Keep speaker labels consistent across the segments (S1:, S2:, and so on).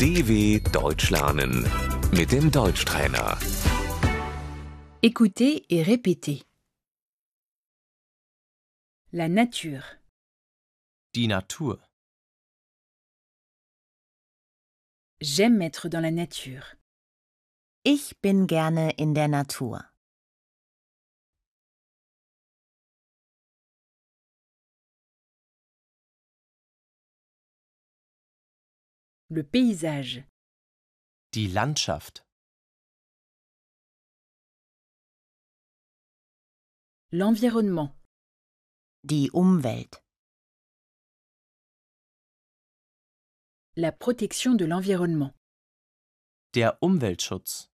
S1: DW Deutsch lernen mit dem Deutschtrainer.
S2: Écoutez et répétez. La nature,
S3: Die Natur.
S2: j'aime être dans la nature.
S4: Ich bin gerne in der Natur.
S2: Le paysage,
S3: Die Landschaft.
S2: l'environnement,
S4: Die Umwelt.
S2: la protection de l'environnement,
S3: Der Umweltschutz.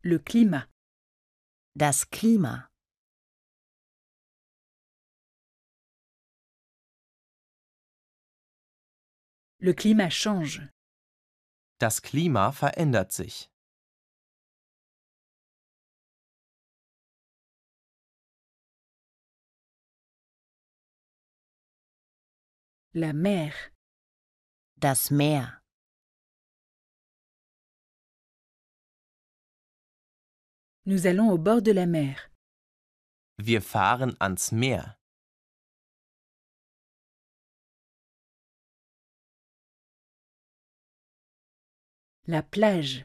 S2: le climat,
S4: Das Klima.
S2: le climat change,
S3: Das Klima verändert sich.
S2: la mer,
S4: Das Meer.
S2: nous allons au bord de la mer,
S3: Wir fahren ans Meer.
S2: la plage,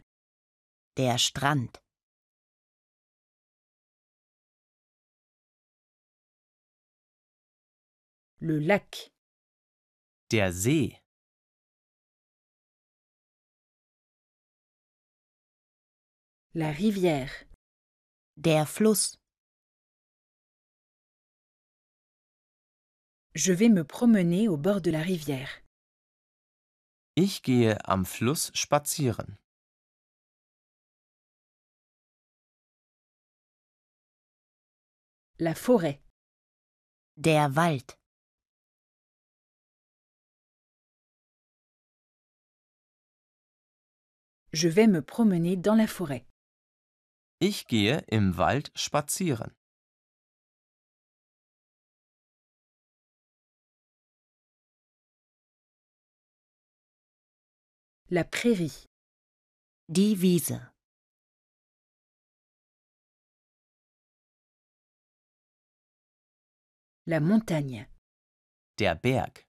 S4: Der Strand.
S2: le lac,
S3: Der See.
S2: la rivière,
S4: Der Fluss.
S2: je vais me promener au bord de la rivière.
S3: Ich gehe am Fluss spazieren.
S2: La forêt,
S4: Der Wald.
S2: je vais me promener dans la forêt.
S3: Ich gehe im Wald spazieren.
S2: La prairie,
S4: Die Wiese.
S2: la montagne,
S3: Der Berg.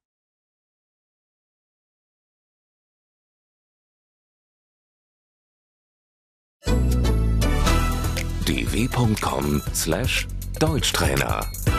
S1: dw.com/deutschtrainer